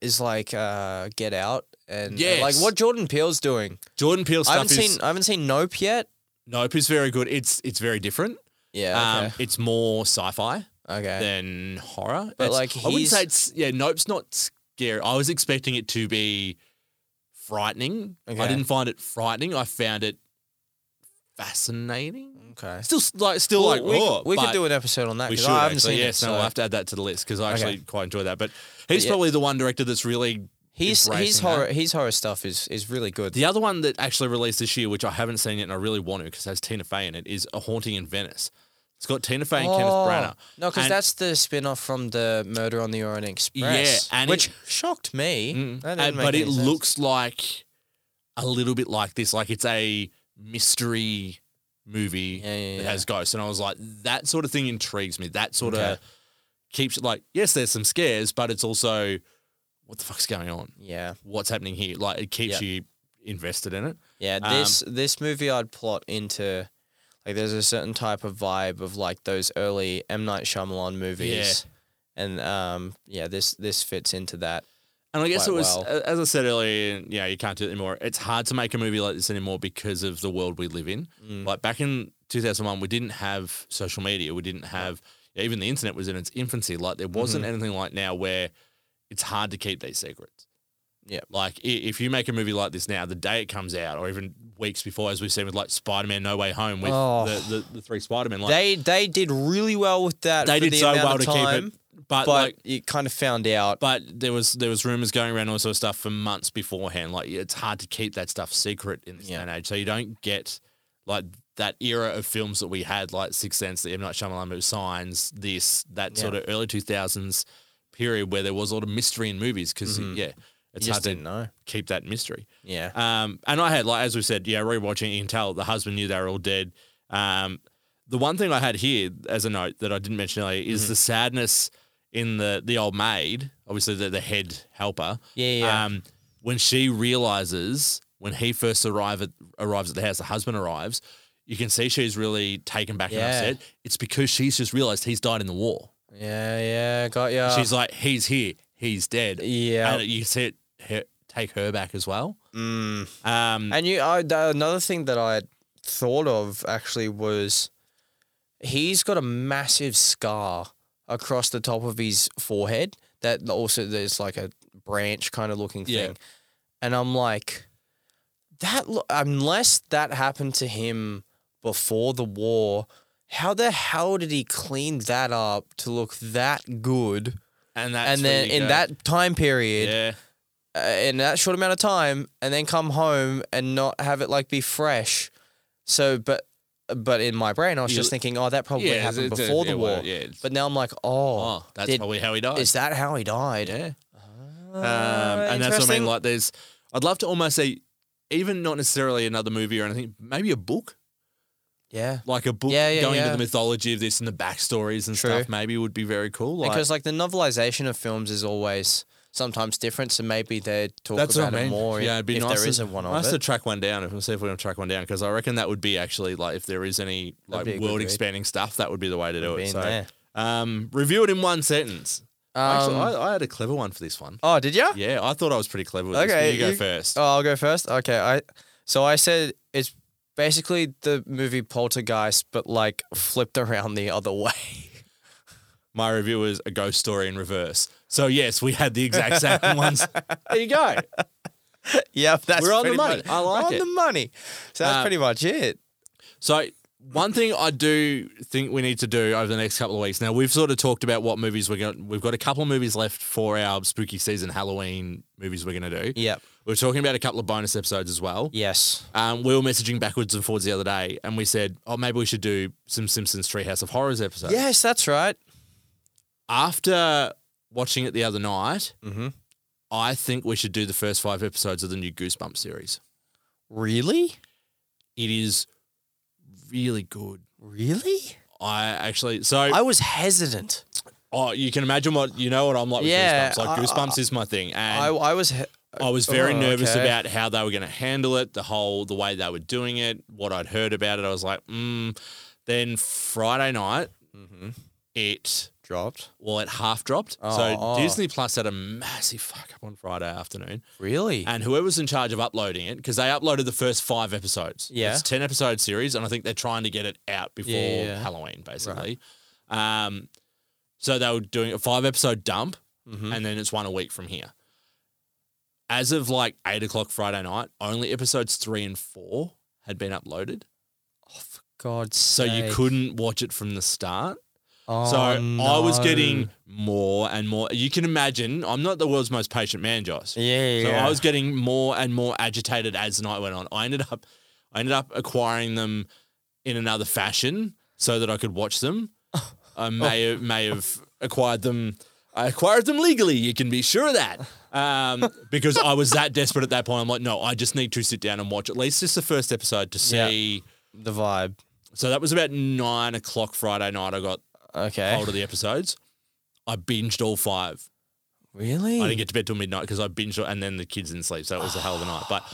S2: is like uh, Get Out, and, and, like
S1: Yes.
S2: what Jordan Peele's doing.
S1: Jordan Peele
S2: I
S1: stuff
S2: haven't
S1: is
S2: seen. I haven't seen Nope yet.
S1: Nope is very good. It's it's very different.
S2: Yeah.
S1: Um, it's more sci-fi
S2: okay. okay.
S1: than horror.
S2: But,
S1: It's-
S2: like,
S1: I wouldn't
S2: he's-
S1: say it's yeah. Nope's not scary. I was expecting it to be frightening. I
S2: Okay.
S1: didn't find it frightening. I found it fascinating.
S2: okay.
S1: Mm. Still, s- like, still
S2: Well,
S1: like,
S2: we,
S1: oh,
S2: we
S1: but
S2: could do an episode on that
S1: We
S2: because
S1: should
S2: I haven't
S1: actually.
S2: seen
S1: yes,
S2: it.
S1: no,
S2: so-
S1: we'll have to add that to the list because I actually
S2: Okay.
S1: quite enjoy that. But he's
S2: yeah.
S1: probably the one director that's really
S2: He's he's
S1: embracing that.
S2: horror. His horror stuff is is really good.
S1: The other one that actually released this year, which I haven't seen yet and I really want to because it has Tina Fey in it, is A Haunting in Venice. It's got Tina Fey and Kenneth
S2: Oh,
S1: Branagh.
S2: No, because
S1: And-
S2: that's the spin off from the Murder on the Orient Express.
S1: Yeah, and
S2: which
S1: it-
S2: shocked me.
S1: Mm.
S2: That didn't
S1: And-
S2: make
S1: but
S2: any
S1: it
S2: sense.
S1: looks like a little bit like this. Like it's a mystery movie
S2: Yeah, yeah,
S1: that
S2: yeah.
S1: has ghosts. And I was like, that sort of thing intrigues me. That sort of
S2: Okay.
S1: keeps like, yes, there's some scares, but it's also what the fuck's going on?
S2: Yeah,
S1: What's happening here? Like it keeps
S2: Yeah.
S1: you invested in it.
S2: yeah.
S1: Um,
S2: This this movie I'd plot into like there's a certain type of vibe of like those early M Night Shyamalan movies, and um yeah this this fits into that.
S1: And I guess
S2: quite
S1: it was,
S2: well.
S1: a- as I said earlier, yeah, you can't do it anymore. It's hard to make a movie like this anymore because of the world we live in.
S2: Mm.
S1: Like back in 2001, we didn't have social media. We didn't have, yeah, even the internet was in its infancy. Like there wasn't
S2: Mm-hmm.
S1: anything like now where it's hard to keep these secrets.
S2: Yeah.
S1: Like i- if you make a movie like this now, the day it comes out, or even weeks before, as we've seen with like Spider Man No Way Home with
S2: Oh.
S1: the, the, the three Spider Men, like
S2: They they did really well with that.
S1: they
S2: for
S1: did
S2: the
S1: so
S2: amount
S1: well
S2: of
S1: to
S2: time,
S1: keep it. But,
S2: but
S1: like,
S2: you kind of found out.
S1: but there was there was rumors going around all sort of stuff for months beforehand. Like it's hard to keep that stuff secret in this day
S2: Yeah.
S1: and age. So you don't get like that era of films that we had, like Sixth Sense, the M Night Shyamalan movie, Signs, this that sort of early two thousands period where there was a lot of mystery in movies because yeah, it's
S2: Mm-hmm. You
S1: hard
S2: just
S1: to
S2: didn't know.
S1: keep that mystery.
S2: Yeah.
S1: Um, and I had like as we said, yeah, rewatching, you can tell the husband knew they were all dead. Um, the one thing I had here as a note that I didn't mention earlier
S2: Mm-hmm.
S1: is the sadness in the the old maid, obviously the, the head helper.
S2: Yeah, yeah, yeah.
S1: Um, when she realizes when he first arrive at, arrives at the house, the husband arrives. You can see she's really taken back
S2: Yeah.
S1: and upset. It's because she's just realized he's died in the war.
S2: Yeah, yeah, got ya.
S1: she's like, he's here, he's dead.
S2: Uh. Yeah.
S1: and you can see it her, take her back as well.
S2: Mm.
S1: Um,
S2: And you, I, the, another thing that I thought of actually was he's got a massive scar across the top of his forehead that also there's like a branch kind of looking
S1: Yeah.
S2: thing. And I'm like, that lo- unless that happened to him before the war, how the hell did he clean that up to look that good?
S1: And that's
S2: and
S1: where
S2: then
S1: you
S2: in
S1: go,
S2: that time period,
S1: yeah,
S2: uh, in that short amount of time, and then come home and not have it like be fresh. So, but but in my brain, I was
S1: You-
S2: just thinking, oh, that probably
S1: Yeah, it's-
S2: happened
S1: it's-
S2: before
S1: yeah,
S2: the
S1: well,
S2: war.
S1: yeah, it's-
S2: but now I'm like, oh,
S1: oh, that's
S2: did-
S1: probably how he died.
S2: is that how he died?
S1: Yeah. Um, and that's what I
S2: interesting.
S1: mean. Like, there's, I'd love to almost say, even not necessarily another movie or anything, maybe a book,
S2: yeah.
S1: like a book
S2: Yeah, yeah,
S1: going
S2: yeah.
S1: into the mythology of this and the backstories and
S2: True.
S1: stuff. Maybe would be very cool. Like,
S2: because like the novelization of films is always sometimes different, so maybe they talk
S1: that's
S2: about
S1: what I
S2: it
S1: mean.
S2: more.
S1: yeah, it'd be
S2: if
S1: nice.
S2: there
S1: to,
S2: isn't one
S1: nice
S2: of
S1: to
S2: it.
S1: track one down. If we'll see if we're gonna track one down, because I reckon that would be actually like if there is any like
S2: be a good
S1: world
S2: read.
S1: expanding stuff, that would be the way to do
S2: be
S1: it.
S2: in
S1: So,
S2: there.
S1: um, review it in one sentence. Actually,
S2: Um,
S1: I, I had a clever one for this one.
S2: oh, did you?
S1: Yeah, I thought I was pretty clever with this.
S2: Okay,
S1: but You go first.
S2: Oh, I'll go first. Okay, I so I said it's basically the movie Poltergeist, but like flipped around the other way.
S1: my review was a ghost story in reverse. So yes, we had the exact same ones. There you go.
S2: yep, that's
S1: We're on the
S2: pretty
S1: money.
S2: much-
S1: I like
S2: we're on
S1: it.
S2: the money. So that's
S1: Uh,
S2: pretty much it.
S1: So one thing I do think we need to do over the next couple of weeks. Now we've sort of talked about what movies we're going. to We've got a couple of movies left for our spooky season Halloween movies we're going to do.
S2: Yep.
S1: We're talking about a couple of bonus episodes as well.
S2: Yes.
S1: Um, we were messaging backwards and forwards the other day, and we said, "Oh, maybe we should do some Simpsons Treehouse of Horrors episodes."
S2: Yes, that's right.
S1: after watching it the other night,
S2: Mm-hmm.
S1: I think we should do the first five episodes of the new Goosebumps series.
S2: Really?
S1: It is really good.
S2: Really?
S1: I actually, so
S2: I was hesitant.
S1: oh, you can imagine what you know what I'm like with
S2: Yeah,
S1: Goosebumps. Like
S2: I-
S1: Goosebumps is my thing, and
S2: I,
S1: I,
S2: I was. He-
S1: was very
S2: Oh,
S1: nervous
S2: okay.
S1: about how they were going to handle it, the whole the way they were doing it, what I'd heard about it. I was like, mm. then Friday night,
S2: Mm-hmm.
S1: it
S2: dropped.
S1: well, it half dropped. so
S2: Oh, oh.
S1: Disney Plus had a massive fuck up on Friday afternoon.
S2: Really?
S1: and whoever's in charge of uploading it because they uploaded the first five episodes.
S2: Yeah.
S1: it's a ten episode series, and I think they're trying to get it out before
S2: Yeah, yeah.
S1: Halloween, basically. Um, so they were doing a five episode dump,
S2: Mm-hmm.
S1: and then it's one a week from here. As of like eight o'clock Friday night, only episodes three and four had been uploaded,
S2: God.
S1: so you couldn't watch it from the start.
S2: Oh,
S1: So I was
S2: no.
S1: getting more and more. You can imagine, I'm not the world's most patient man, Josh.
S2: Yeah,
S1: So
S2: yeah.
S1: I was getting more and more agitated as the night went on. I ended up, I ended up acquiring them in another fashion so that I could watch them. I
S2: Oh.
S1: may may have acquired them. I acquired them legally. You can be sure of that. Um, because I was that desperate at that point. I'm like, no, I just need to sit down and watch at least just the first episode to
S2: Yeah.
S1: see.
S2: the vibe.
S1: So that was about nine o'clock Friday night. I got
S2: Okay.
S1: hold of the episodes. I binged all five.
S2: Really?
S1: I didn't get to bed till midnight because I binged, all- and then the kids didn't sleep, so it was a hell of a night. But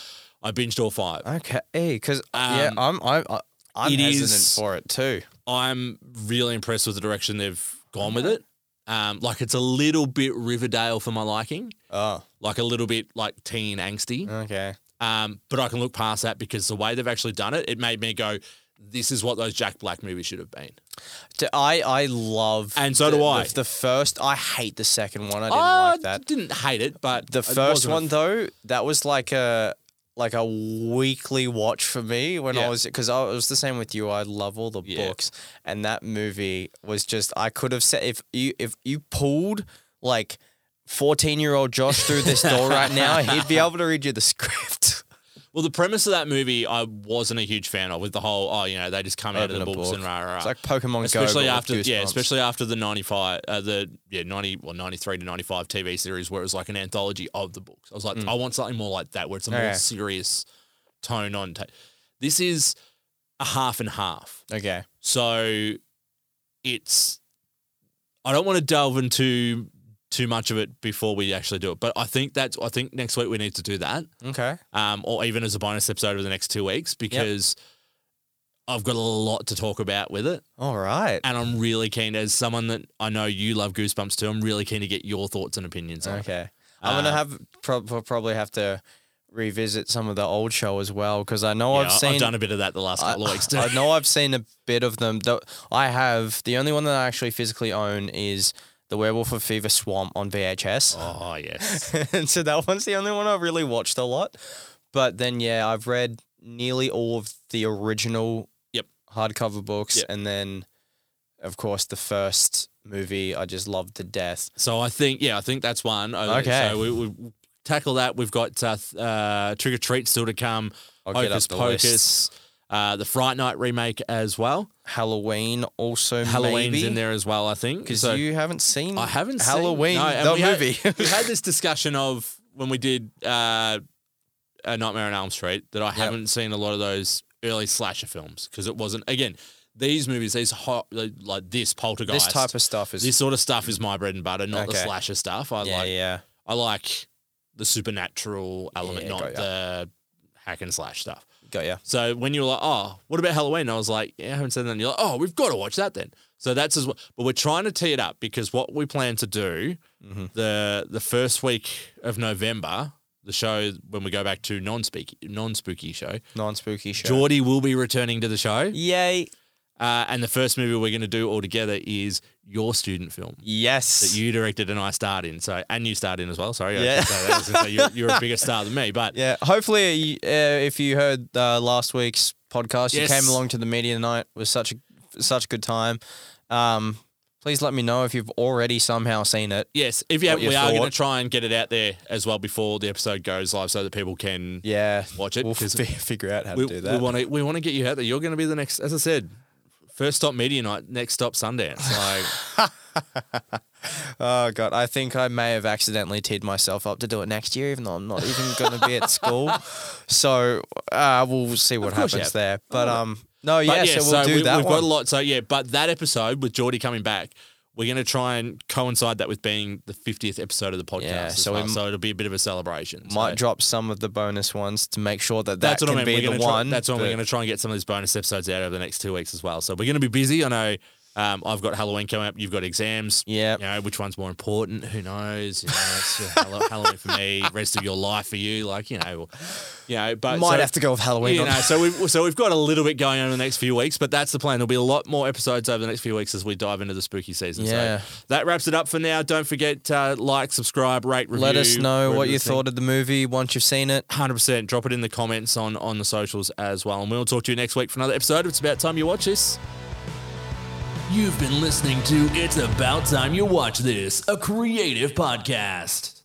S1: I binged all five.
S2: Okay, because yeah,
S1: Um,
S2: I'm I'm I- I'm
S1: it
S2: hesitant
S1: is-
S2: for it too.
S1: I'm really impressed with the direction they've gone with it. Um, like it's a little bit Riverdale for my liking,
S2: Oh,
S1: like a little bit like teen angsty.
S2: okay.
S1: Um, but I can look past that because the way they've actually done it, it made me go, "This is what those Jack Black movies should have been."
S2: D- I I love
S1: And so do
S2: the-
S1: I.
S2: The, the first, I hate the second one. I didn't like that.
S1: didn't hate it, but
S2: Oh, The
S1: it
S2: first
S1: wasn't a
S2: one though, that was like a like a weekly watch for me when
S1: Yeah.
S2: I was because I it was the same with you. I love all the
S1: Yeah.
S2: books, and that movie was just I could have said if you if you pulled like fourteen year old Josh through this door right now, he'd be able to read you the script.
S1: Well, the premise of that movie I wasn't a huge fan of, with the whole oh, you know, they just come out of
S2: Open
S1: the
S2: a
S1: books
S2: book.
S1: and rah rah. rah.
S2: It's like Pokemon Go.
S1: especially
S2: but
S1: after
S2: with
S1: yeah,
S2: goosebumps.
S1: especially after the ninety five, uh, the yeah ninety well ninety three to ninety five TV series where it was like an anthology of the books. I was
S2: Hmm.
S1: like, I want something more like that, where it's a more
S2: Okay.
S1: serious tone on. Ta- this is a half and half.
S2: Okay.
S1: So it's I don't want to delve into too much of it before we actually do it, but I think that's I think next week we need to do that
S2: Okay.
S1: um, or even as a bonus episode over the next two weeks because I've got a lot to talk about with it.
S2: All right.
S1: And I'm really keen, as someone that I know you love Goosebumps too, I'm really keen to get your thoughts and Uh, opinions on it.
S2: Okay. I'm gonna have prob- prob- probably have to revisit some of the old show as well because I know
S1: Yeah,
S2: I've seen.
S1: done a bit of that the last
S2: I-
S1: couple of weeks too.
S2: I know I've seen a bit of them. Though I have the only one that I actually physically own is the Werewolf of Fever Swamp on VHS,
S1: Oh, yes.
S2: and so that one's the only one I've really watched a lot. But then yeah, I've read nearly all of the original
S1: Yep.
S2: hardcover books,
S1: Yep.
S2: and then of course the first movie I just loved to death.
S1: So I think, yeah, I think that's one. I-
S2: Okay.
S1: So we, we tackle that. We've got uh, th- uh, Trick or Treat still to come.
S2: I'll get
S1: Hocus
S2: up the
S1: Pocus.
S2: lists.
S1: Uh, the Fright Night remake as well.
S2: Halloween also
S1: Halloween's
S2: maybe,
S1: in there as well, I think.
S2: because
S1: So-
S2: you haven't seen
S1: I haven't seen-
S2: Halloween
S1: No, and
S2: the
S1: we had-
S2: movie.
S1: we had this discussion of when we did uh, a Nightmare on Elm Street that I haven't seen a lot of those early slasher films because it wasn't again these movies these hot like this Poltergeist
S2: this type of stuff is
S1: this sort of stuff is my bread and butter not the
S2: Okay.
S1: slasher stuff I
S2: yeah
S1: like
S2: yeah
S1: I like the supernatural element
S2: Yeah,
S1: not
S2: got ya.
S1: the hack and slash stuff
S2: got ya.
S1: so when you were like, oh, what about Halloween? I was like, yeah, I haven't seen that. And you're like, oh, we've got to watch that then. So that's as well. But we're trying to tee it up because what we plan to do
S2: Mm-hmm.
S1: the the first week of November, the show when we go back to non speaky non spooky show,
S2: non spooky show.
S1: Geordie will be returning to the show.
S2: Yay!
S1: Uh, and the first movie we're going to do all together is your student film.
S2: Yes.
S1: That you directed and I starred in, so and you starred in as well. Sorry, I
S2: Yeah.
S1: should say that. I was gonna say you're, you're a bigger star than me, but
S2: Yeah, hopefully, uh, if you heard uh, last week's podcast,
S1: Yes.
S2: you came along to the media night. It was such a such a good time. Um, please let me know if you've already somehow seen it.
S1: Yes, if you have,
S2: What you
S1: we are going to
S2: thought.
S1: try and get it out there as well before the episode goes live, so that people can
S2: Yeah,
S1: Watch it,
S2: We'll
S1: 'cause
S2: fi- figure out how
S1: we,
S2: to do that.
S1: We want to we want to get you out there. You're going to be the next, as I said, first stop media night, next stop Sundance. Like
S2: oh god, I think I may have accidentally teed myself up to do it next year, even though I'm not even going to be at school. So uh, we'll see what
S1: course you have.
S2: happens there. But um, no, yeah,
S1: But
S2: so we'll do
S1: we,
S2: that
S1: We've
S2: one.
S1: got a lot. So yeah, but that episode with Geordie coming back, we're going to try and coincide that with being the 50th episode of the podcast.
S2: Yeah,
S1: as
S2: so we
S1: well.
S2: m-
S1: so it'll be a bit of a celebration.
S2: Might
S1: so.
S2: drop some of the bonus ones to make sure that that
S1: That's
S2: can
S1: what I mean.
S2: be
S1: We're gonna
S2: the
S1: try-
S2: one.
S1: that's what
S2: but-
S1: we're going to try and get some of these bonus episodes out over the next two weeks as well. So we're going to be busy. I know um, I've got Halloween coming up. You've got exams.
S2: Yep.
S1: You know which one's more important? Who knows? You know, it's uh, Hallo- Halloween for me. Rest of your life for you. Like you know, you know. But
S2: Might
S1: so-
S2: have to go with Halloween.
S1: You
S2: on-
S1: know, so we've so we've got a little bit going on in the next few weeks, but that's the plan. There'll be a lot more episodes over the next few weeks as we dive into the spooky season.
S2: Yeah.
S1: So that wraps it up for now. Don't forget uh, like, subscribe, rate, review.
S2: Let us know
S1: wherever
S2: what you
S1: this thing-
S2: thought of the movie once you've seen it.
S1: Hundred percent. Drop it in the comments on on the socials as well, and we'll talk to you next week for another episode. It's about time you watch this.
S7: You've been listening to It's About Time You Watch This, a creative podcast.